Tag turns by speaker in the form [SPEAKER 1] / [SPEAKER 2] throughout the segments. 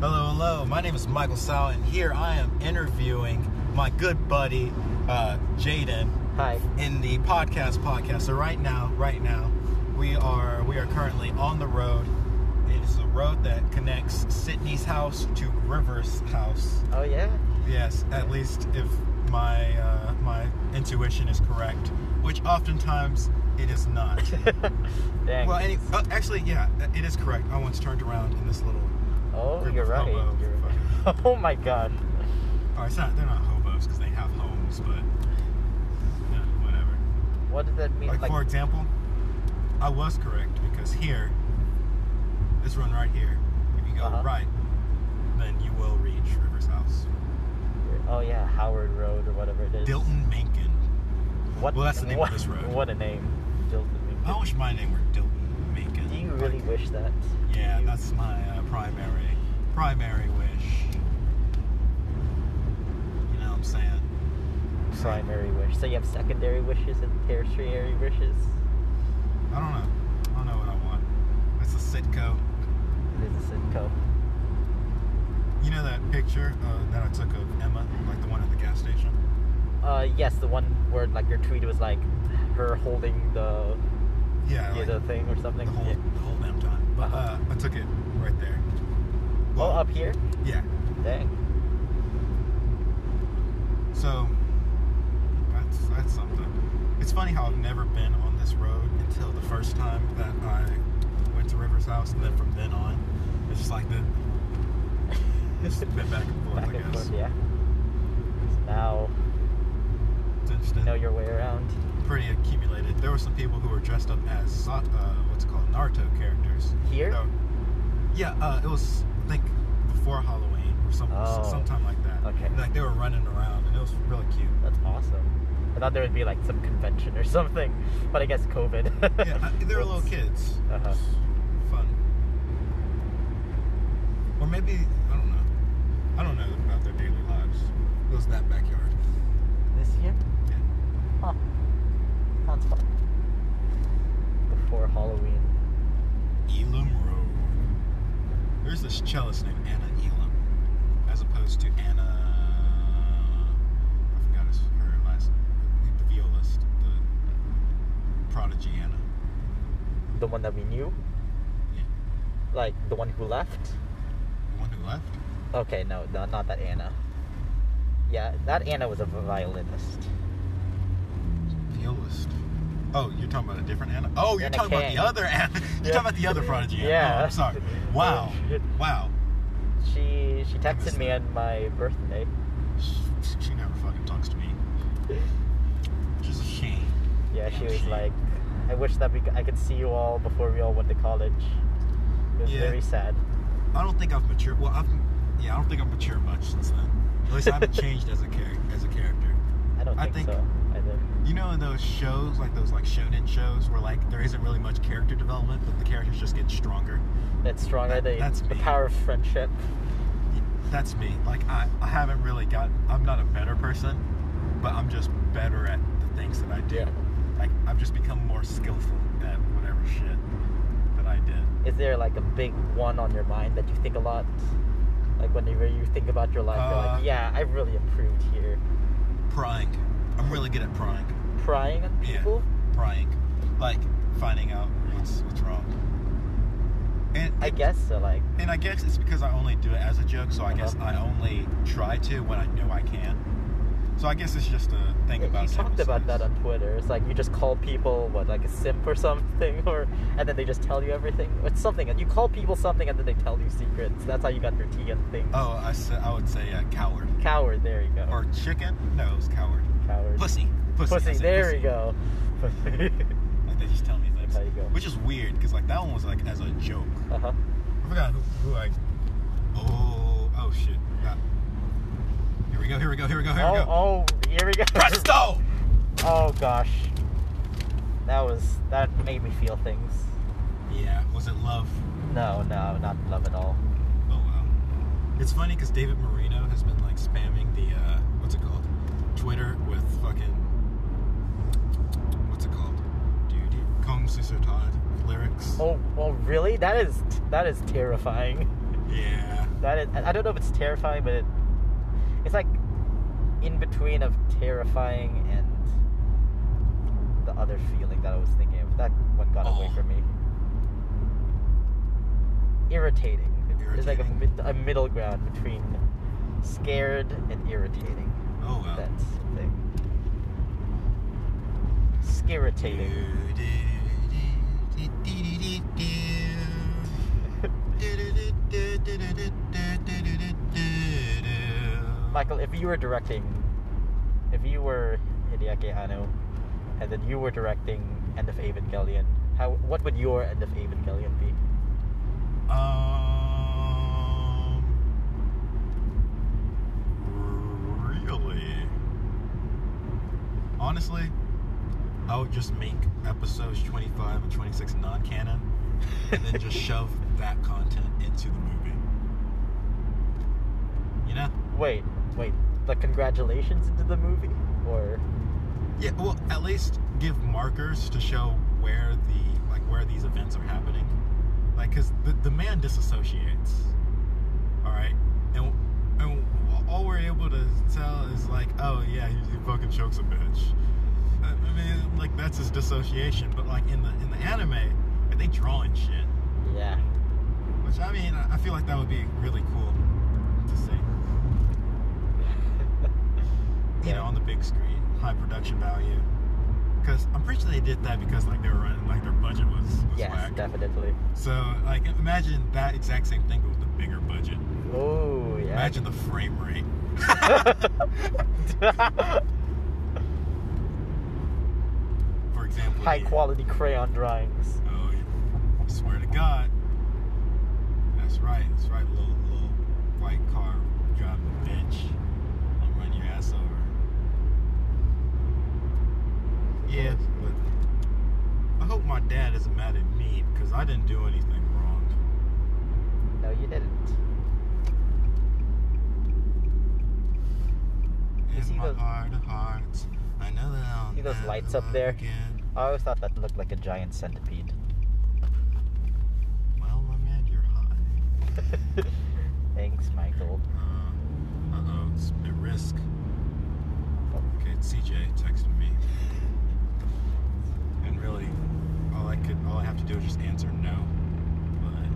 [SPEAKER 1] Hello, my name is Michael Sal, and here I am interviewing my good buddy uh, Jaden
[SPEAKER 2] Hi.
[SPEAKER 1] in the podcast podcast. So right now, right now, we are we are currently on the road. It is the road that connects Sydney's house to River's house.
[SPEAKER 2] Oh yeah.
[SPEAKER 1] Yes, at least if my uh, my intuition is correct, which oftentimes it is not.
[SPEAKER 2] Dang.
[SPEAKER 1] well, any, uh, actually, yeah, it is correct. I once turned around in this little.
[SPEAKER 2] oh,
[SPEAKER 1] group
[SPEAKER 2] you're
[SPEAKER 1] of
[SPEAKER 2] right.
[SPEAKER 1] hobo
[SPEAKER 2] You're right. Oh my god.
[SPEAKER 1] Oh, it's not. They're not hobos because they have homes, but yeah, whatever.
[SPEAKER 2] What does that mean?
[SPEAKER 1] Like, for example, I was correct because here, this run right here, if you go
[SPEAKER 2] Uh-huh.
[SPEAKER 1] right, then you will reach River's house.
[SPEAKER 2] oh yeah, Howard Road or whatever it is.
[SPEAKER 1] Dilton Minkin.
[SPEAKER 2] What?
[SPEAKER 1] well, that's the name of
[SPEAKER 2] what,
[SPEAKER 1] this road. Oh.
[SPEAKER 2] What a name. Dilton Minkin.
[SPEAKER 1] I wish my name were Dilton Minkin.
[SPEAKER 2] Do you really
[SPEAKER 1] Like,
[SPEAKER 2] wish that?
[SPEAKER 1] yeah,
[SPEAKER 2] You-
[SPEAKER 1] that's my uh, primary primary wish. You know what I'm saying?
[SPEAKER 2] primary wish. So you have secondary wishes and tertiary wishes.
[SPEAKER 1] I don't know. I don't know what I want. It's a Sitco.
[SPEAKER 2] It is a Sitco.
[SPEAKER 1] You know that picture uh, that I took of Emma, like the one at the gas station?
[SPEAKER 2] Uh, yes, the one where like your tweet was like her holding the
[SPEAKER 1] Yeah,
[SPEAKER 2] yeah,
[SPEAKER 1] like
[SPEAKER 2] the thing or something.
[SPEAKER 1] the whole
[SPEAKER 2] Yeah.
[SPEAKER 1] the whole damn time. But uh, I took it right there.
[SPEAKER 2] Oh, up here.
[SPEAKER 1] Yeah.
[SPEAKER 2] Dang.
[SPEAKER 1] So that's that's something. It's funny how I've never been on this road until the first time that I went to River's house, and then from then on, it's just like that. It's been back and forth,
[SPEAKER 2] Back
[SPEAKER 1] I
[SPEAKER 2] and
[SPEAKER 1] guess.
[SPEAKER 2] forth. Yeah. So now
[SPEAKER 1] It's
[SPEAKER 2] you
[SPEAKER 1] interesting.
[SPEAKER 2] know your way around.
[SPEAKER 1] Pretty accumulated. There were some people who were dressed up as Sa- uh, what's it called Naruto characters.
[SPEAKER 2] Here?
[SPEAKER 1] No. Yeah, uh, it was I think before Halloween or something,
[SPEAKER 2] Oh.
[SPEAKER 1] sometime like that.
[SPEAKER 2] Okay.
[SPEAKER 1] And, like they were running around, and it was really cute.
[SPEAKER 2] That's awesome. I thought there would be like some convention or something, but I guess COVID.
[SPEAKER 1] Yeah, uh, they were little
[SPEAKER 2] Oops.
[SPEAKER 1] kids. It
[SPEAKER 2] Uh-huh.
[SPEAKER 1] was Fun. Or maybe I don't know. I don't know about their daily lives. It was that backyard.
[SPEAKER 2] This year?
[SPEAKER 1] Yeah.
[SPEAKER 2] Huh. Sounds fun. Before Halloween.
[SPEAKER 1] Elam Road. There's this cellist named Anna Elam, as opposed to Anna. I forgot his, her last. The, the violist, the prodigy Anna.
[SPEAKER 2] The one that we knew?
[SPEAKER 1] Yeah.
[SPEAKER 2] Like the one who left?
[SPEAKER 1] The one who left?
[SPEAKER 2] Okay, no, no not that Anna. Yeah, that Anna was a violinist.
[SPEAKER 1] Violist. Oh, you're talking about a different Anna. Oh, you're
[SPEAKER 2] Anna
[SPEAKER 1] talking about
[SPEAKER 2] Kang.
[SPEAKER 1] the other Anna. You're
[SPEAKER 2] Yeah.
[SPEAKER 1] talking about the other prodigy. Anna.
[SPEAKER 2] Yeah. Oh,
[SPEAKER 1] Oh, I'm sorry. Wow. Wow.
[SPEAKER 2] She she
[SPEAKER 1] I missed
[SPEAKER 2] texted me
[SPEAKER 1] that.
[SPEAKER 2] on my birthday.
[SPEAKER 1] She, she never fucking talks to me. Which is a shame.
[SPEAKER 2] Yeah, she was
[SPEAKER 1] Shit.
[SPEAKER 2] like, I wish that we c- I could see you all before we all went to college. It was
[SPEAKER 1] Yeah.
[SPEAKER 2] very sad.
[SPEAKER 1] I don't think I've matured. Well, I've yeah, I don't think I've matured much since then. At least I haven't changed as a character. As a character,
[SPEAKER 2] I don't
[SPEAKER 1] I
[SPEAKER 2] think,
[SPEAKER 1] think-
[SPEAKER 2] so either.
[SPEAKER 1] you know, in those shows like those like shonen shows where like there isn't really much character development, but the characters just get stronger.
[SPEAKER 2] That's stronger.
[SPEAKER 1] That-
[SPEAKER 2] than
[SPEAKER 1] that's
[SPEAKER 2] the
[SPEAKER 1] me.
[SPEAKER 2] power of friendship.
[SPEAKER 1] That's me. Like I, I haven't really got. I'm not a better person, but I'm just better at the things that I do.
[SPEAKER 2] Yeah.
[SPEAKER 1] Like I've just become more skillful at whatever shit that I did.
[SPEAKER 2] Is there like a big one on your mind that you think a lot? Like whenever you think about your life, you're
[SPEAKER 1] Uh,
[SPEAKER 2] like, yeah, I really improved here.
[SPEAKER 1] Prying. I'm really good at prying.
[SPEAKER 2] Prying on
[SPEAKER 1] Yeah.
[SPEAKER 2] people.
[SPEAKER 1] Prying. Like finding out what's what's wrong. And
[SPEAKER 2] I guess so. Like,
[SPEAKER 1] And I guess it's because I only do it as a joke, so I guess
[SPEAKER 2] Uh-huh.
[SPEAKER 1] I only try to when I know I can. So I guess it's just a thing
[SPEAKER 2] you
[SPEAKER 1] about
[SPEAKER 2] talked
[SPEAKER 1] sample
[SPEAKER 2] about that
[SPEAKER 1] size.
[SPEAKER 2] on Twitter. It's like you just call people what, like a simp or something, or and then they just tell you everything. It's something, and you call people something, and then they tell you secrets. That's how you got your tea and things.
[SPEAKER 1] Oh, I, said, I would say uh, coward.
[SPEAKER 2] Coward. There you go.
[SPEAKER 1] Or chicken? No, it was coward.
[SPEAKER 2] Coward.
[SPEAKER 1] Pussy. Pussy. I
[SPEAKER 2] Pussy,
[SPEAKER 1] said
[SPEAKER 2] there
[SPEAKER 1] pussy.
[SPEAKER 2] you go. Pussy.
[SPEAKER 1] Like, they just tell me things.
[SPEAKER 2] That's how you go.
[SPEAKER 1] Which is weird, because like that one was like as a joke.
[SPEAKER 2] uh huh.
[SPEAKER 1] I forgot who, who I. Oh, oh shit. Ah. Here we go, here we go, here we go, here we go.
[SPEAKER 2] Oh, oh, here we go.
[SPEAKER 1] Presto!
[SPEAKER 2] Oh gosh, that was that made me feel things.
[SPEAKER 1] Yeah, was it love?
[SPEAKER 2] No, no, not love at all.
[SPEAKER 1] Oh wow. It's funny because David Marino has been like spamming the uh, what's it called, Twitter with fucking what's it called, dude, Kong Suso Todd lyrics.
[SPEAKER 2] Oh, oh, really? That is that is terrifying.
[SPEAKER 1] Yeah.
[SPEAKER 2] That is, I I don't know if it's terrifying, but it, it's like in between of terrifying and the other feeling that I was thinking of. That one got away
[SPEAKER 1] Oh.
[SPEAKER 2] from me. Irritating. There's like a,
[SPEAKER 1] Irritating.
[SPEAKER 2] mid, a middle ground between scared and irritating.
[SPEAKER 1] Oh well.
[SPEAKER 2] That's the thing. Skirritating. Michael, if you were directing, if you were Hideaki Anno, and then you were directing End of Evangelion, how what would your End of Evangelion be?
[SPEAKER 1] Um, really? Honestly, I would just make episodes 25 and 26 non canon and then just shove that content into the movie. You know?
[SPEAKER 2] Wait, wait, the congratulations into the movie, or
[SPEAKER 1] Yeah, well, at least give markers to show where the like where these events are happening. Like, cause the, the man disassociates. All right, and and all we're able to tell is like, oh yeah, he, he fucking chokes a bitch. I I mean, like that's his dissociation. But like in the in the anime, like, they drawing shit,
[SPEAKER 2] yeah,
[SPEAKER 1] which I mean, I I feel like that would be really cool to see. you
[SPEAKER 2] Yeah.
[SPEAKER 1] know, on the big screen, high production value. Because I'm pretty sure they did that because like they were running like their budget was, was
[SPEAKER 2] yes,
[SPEAKER 1] whack.
[SPEAKER 2] definitely.
[SPEAKER 1] So like imagine that exact same thing but with a bigger budget.
[SPEAKER 2] Oh yeah.
[SPEAKER 1] Imagine the frame rate. For example,
[SPEAKER 2] High
[SPEAKER 1] the-
[SPEAKER 2] quality crayon drawings.
[SPEAKER 1] Oh, yeah. I swear to God. That's right. That's right, little little white car driving bitch. I'll run your ass over. Yeah, but I hope my dad isn't mad at me because I didn't do anything wrong.
[SPEAKER 2] No, you didn't. You see
[SPEAKER 1] In my
[SPEAKER 2] those-
[SPEAKER 1] heart of hearts, I know that I'll
[SPEAKER 2] See those
[SPEAKER 1] never
[SPEAKER 2] lights up
[SPEAKER 1] love
[SPEAKER 2] there?
[SPEAKER 1] again.
[SPEAKER 2] I always thought that looked like a giant centipede.
[SPEAKER 1] Well, my man, you're hot.
[SPEAKER 2] Thanks, Michael.
[SPEAKER 1] Uh, uh-oh, it's at risk.
[SPEAKER 2] Oh.
[SPEAKER 1] Okay, it's CJ texted me. And really, all I could, all I have to do is just answer no. But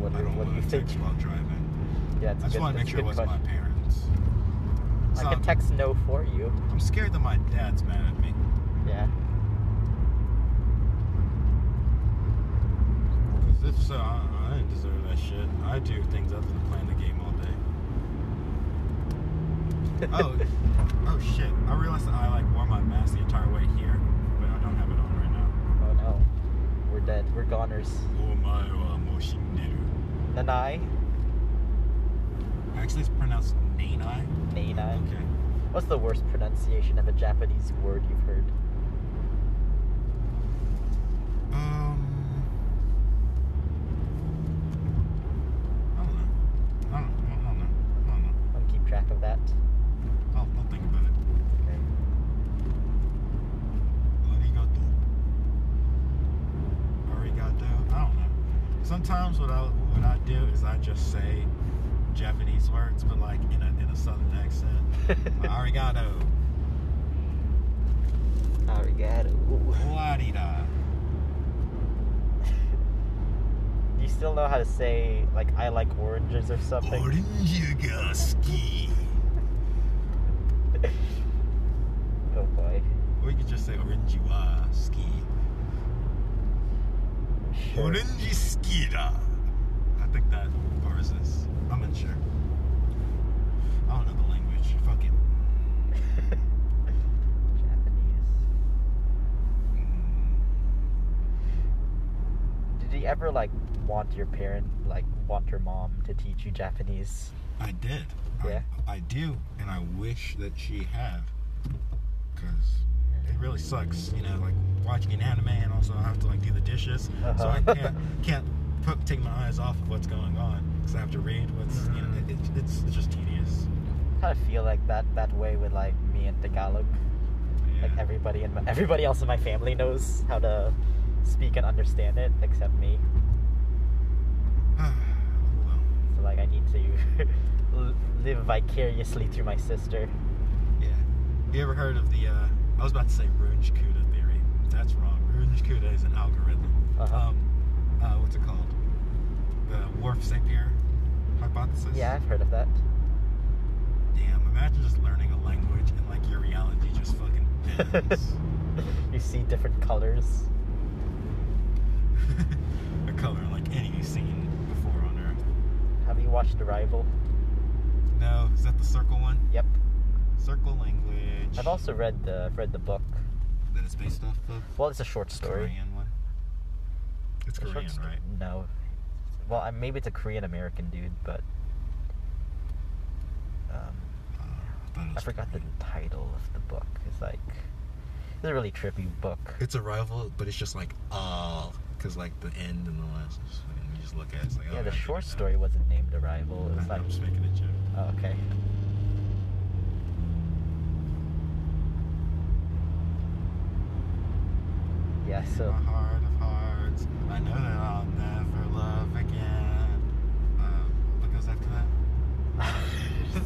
[SPEAKER 2] What,
[SPEAKER 1] I
[SPEAKER 2] do-
[SPEAKER 1] don't
[SPEAKER 2] what do
[SPEAKER 1] want
[SPEAKER 2] you
[SPEAKER 1] to
[SPEAKER 2] think?
[SPEAKER 1] text while driving.
[SPEAKER 2] Yeah,
[SPEAKER 1] I
[SPEAKER 2] it's a
[SPEAKER 1] just
[SPEAKER 2] good,
[SPEAKER 1] want to
[SPEAKER 2] it's
[SPEAKER 1] make
[SPEAKER 2] a
[SPEAKER 1] sure it
[SPEAKER 2] good
[SPEAKER 1] wasn't my
[SPEAKER 2] question.
[SPEAKER 1] parents. So
[SPEAKER 2] I can
[SPEAKER 1] I'm,
[SPEAKER 2] text no for you.
[SPEAKER 1] I'm scared that my dad's mad at me.
[SPEAKER 2] Yeah.
[SPEAKER 1] 'Cause if so, I, I didn't deserve that shit. I do things other than playing the game all day. oh, oh shit! I realized that I like wore my mask the entire way here, but I don't have it on right now.
[SPEAKER 2] Oh no. We're dead. We're goners.
[SPEAKER 1] お前はもう死んでる。
[SPEAKER 2] Nanai?
[SPEAKER 1] Actually, it's pronounced Nanai.
[SPEAKER 2] Nanai?
[SPEAKER 1] Okay.
[SPEAKER 2] What's the worst pronunciation of a Japanese word you've heard?
[SPEAKER 1] Um. I don't know. I don't know. I don't know. I don't know.
[SPEAKER 2] I'll keep track of that.
[SPEAKER 1] I'll, I'll think about it.
[SPEAKER 2] Okay.
[SPEAKER 1] Arigato. Arigato. I don't know. Sometimes what I what I do is I just say Japanese words, but like in a in a southern accent. like, arigato.
[SPEAKER 2] Arigato.
[SPEAKER 1] Warida.
[SPEAKER 2] Do you still know how to say, like, I like oranges or something?
[SPEAKER 1] Oranjagaski.
[SPEAKER 2] Oh boy.
[SPEAKER 1] Or you could just say oranjiwa ski.
[SPEAKER 2] Sure.
[SPEAKER 1] Orange Skira. I think that bars this. I'm unsure. I don't know the language. Fuck it.
[SPEAKER 2] Japanese.
[SPEAKER 1] Mm,
[SPEAKER 2] Did you ever, like, want your parent, like, want your mom to teach you Japanese?
[SPEAKER 1] I did.
[SPEAKER 2] Yeah.
[SPEAKER 1] I, I do, and I wish that she had. Because it really sucks, you know, like watching an anime and also I have to like do the dishes. So I
[SPEAKER 2] Uh-huh.
[SPEAKER 1] can't, can't put, take my eyes off of what's going on because I have to read what's, you know, it, it, it's, it's just tedious.
[SPEAKER 2] kind of feel like that that way with like me and Tagalog. Like
[SPEAKER 1] Yeah.
[SPEAKER 2] everybody in my, everybody else in my family knows how to speak and understand it except me.
[SPEAKER 1] Oh, well.
[SPEAKER 2] So like I need to l- live vicariously through my sister.
[SPEAKER 1] Yeah. You ever heard of the? Uh, I was about to say Runge Kuda theory. That's wrong. Runge Kuda is an algorithm.
[SPEAKER 2] Uh-huh.
[SPEAKER 1] Um, uh, what's it called? The Worf Zapier hypothesis.
[SPEAKER 2] Yeah, I've heard of that.
[SPEAKER 1] Damn. Imagine just learning a language and like your reality just fucking bends.
[SPEAKER 2] you see different colors.
[SPEAKER 1] a color like any you've seen before on Earth.
[SPEAKER 2] Have you watched Arrival?
[SPEAKER 1] No, is that the circle one?
[SPEAKER 2] Yep.
[SPEAKER 1] Circle language.
[SPEAKER 2] I've also read the read the book.
[SPEAKER 1] That it's based off of.
[SPEAKER 2] Well, it's a short story.
[SPEAKER 1] Korean one. It's
[SPEAKER 2] A short
[SPEAKER 1] Korean,
[SPEAKER 2] sto-
[SPEAKER 1] right?
[SPEAKER 2] No. Well, I- maybe it's a Korean American dude, but um,
[SPEAKER 1] Uh, I, thought it
[SPEAKER 2] I
[SPEAKER 1] was
[SPEAKER 2] forgot the
[SPEAKER 1] Korean.
[SPEAKER 2] title of the book. It's like it's a really trippy book.
[SPEAKER 1] It's a rival, but it's just like all because like the end and the last. And you just look at it, it's like
[SPEAKER 2] yeah,
[SPEAKER 1] oh,
[SPEAKER 2] the
[SPEAKER 1] I
[SPEAKER 2] short
[SPEAKER 1] get it now.
[SPEAKER 2] story wasn't named Arrival.
[SPEAKER 1] I
[SPEAKER 2] It was
[SPEAKER 1] know,
[SPEAKER 2] like
[SPEAKER 1] I'm just making a joke.
[SPEAKER 2] oh, okay. Yeah. So.
[SPEAKER 1] My heart of hearts, I know that I'll never love again. Um, what goes after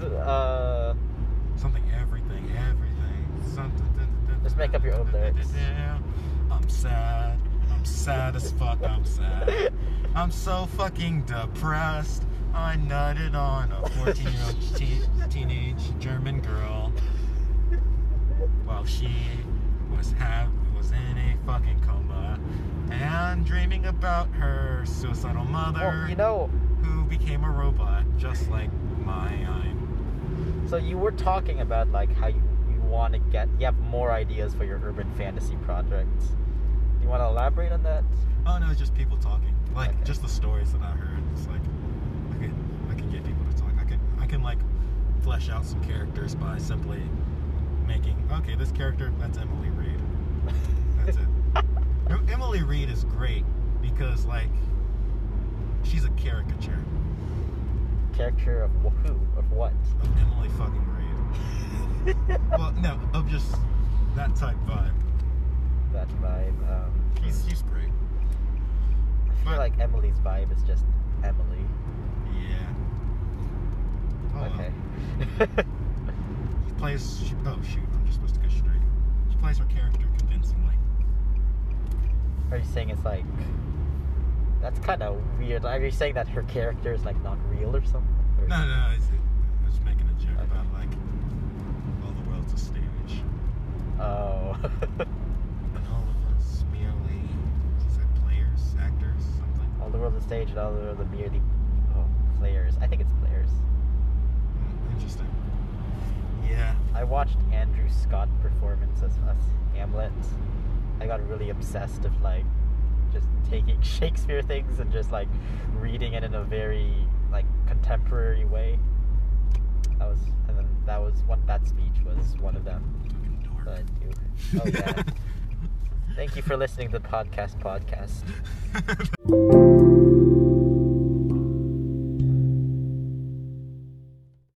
[SPEAKER 1] that?
[SPEAKER 2] uh,
[SPEAKER 1] Something, everything, everything. Something. dun- dun-
[SPEAKER 2] Just make up your own
[SPEAKER 1] dun- dun-
[SPEAKER 2] lyrics.
[SPEAKER 1] dun- dun. I'm sad. I'm sad as fuck. I'm sad. I'm so fucking depressed. I nutted on a 14 year old te- teenage German girl while she was have was in a fucking coma and dreaming about her suicidal mother
[SPEAKER 2] well, you know,
[SPEAKER 1] who became a robot just like my I'm
[SPEAKER 2] So you were talking about like how you, you want to get you have more ideas for your urban fantasy projects. Do you want to elaborate on that?
[SPEAKER 1] Oh no, it's just people talking. Like
[SPEAKER 2] Okay.
[SPEAKER 1] just the stories that I heard. It's like I can I can get people to talk. I can I can like flesh out some characters by simply making okay this character that's Emily Reed. That's it. No, Emily Reed is great because like she's a caricature
[SPEAKER 2] Character of wh- who of what?
[SPEAKER 1] of Emily fucking Reed. well, no, of just that type vibe.
[SPEAKER 2] that vibe. Um,
[SPEAKER 1] She's she's great.
[SPEAKER 2] I feel
[SPEAKER 1] but-
[SPEAKER 2] like Emily's vibe is just Emily.
[SPEAKER 1] Yeah. Oh, well.
[SPEAKER 2] okay.
[SPEAKER 1] She plays. She, oh shoot! I'm just supposed to go straight. She plays her character convincingly.
[SPEAKER 2] Are you saying it's like that's kind of weird? Like, are you saying that her character is like not real or something? Or-
[SPEAKER 1] No, no, no. It's, it, I was making a joke
[SPEAKER 2] Okay.
[SPEAKER 1] about like, all the world's a stage,
[SPEAKER 2] Oh.
[SPEAKER 1] and all of us merely, is that players, actors, something?
[SPEAKER 2] all the world's a stage, and all the world's a merely oh, players. I think it's players.
[SPEAKER 1] Hmm, Interesting. Yeah.
[SPEAKER 2] I watched Andrew Scott performance as, as Hamlet. I got really obsessed of like just taking Shakespeare things and just like reading it in a very like contemporary way. That was and then that was one that speech was one of them
[SPEAKER 1] Fucking dork.
[SPEAKER 2] that I do. Oh yeah. Thank you for listening to the podcast podcast.
[SPEAKER 1] listening.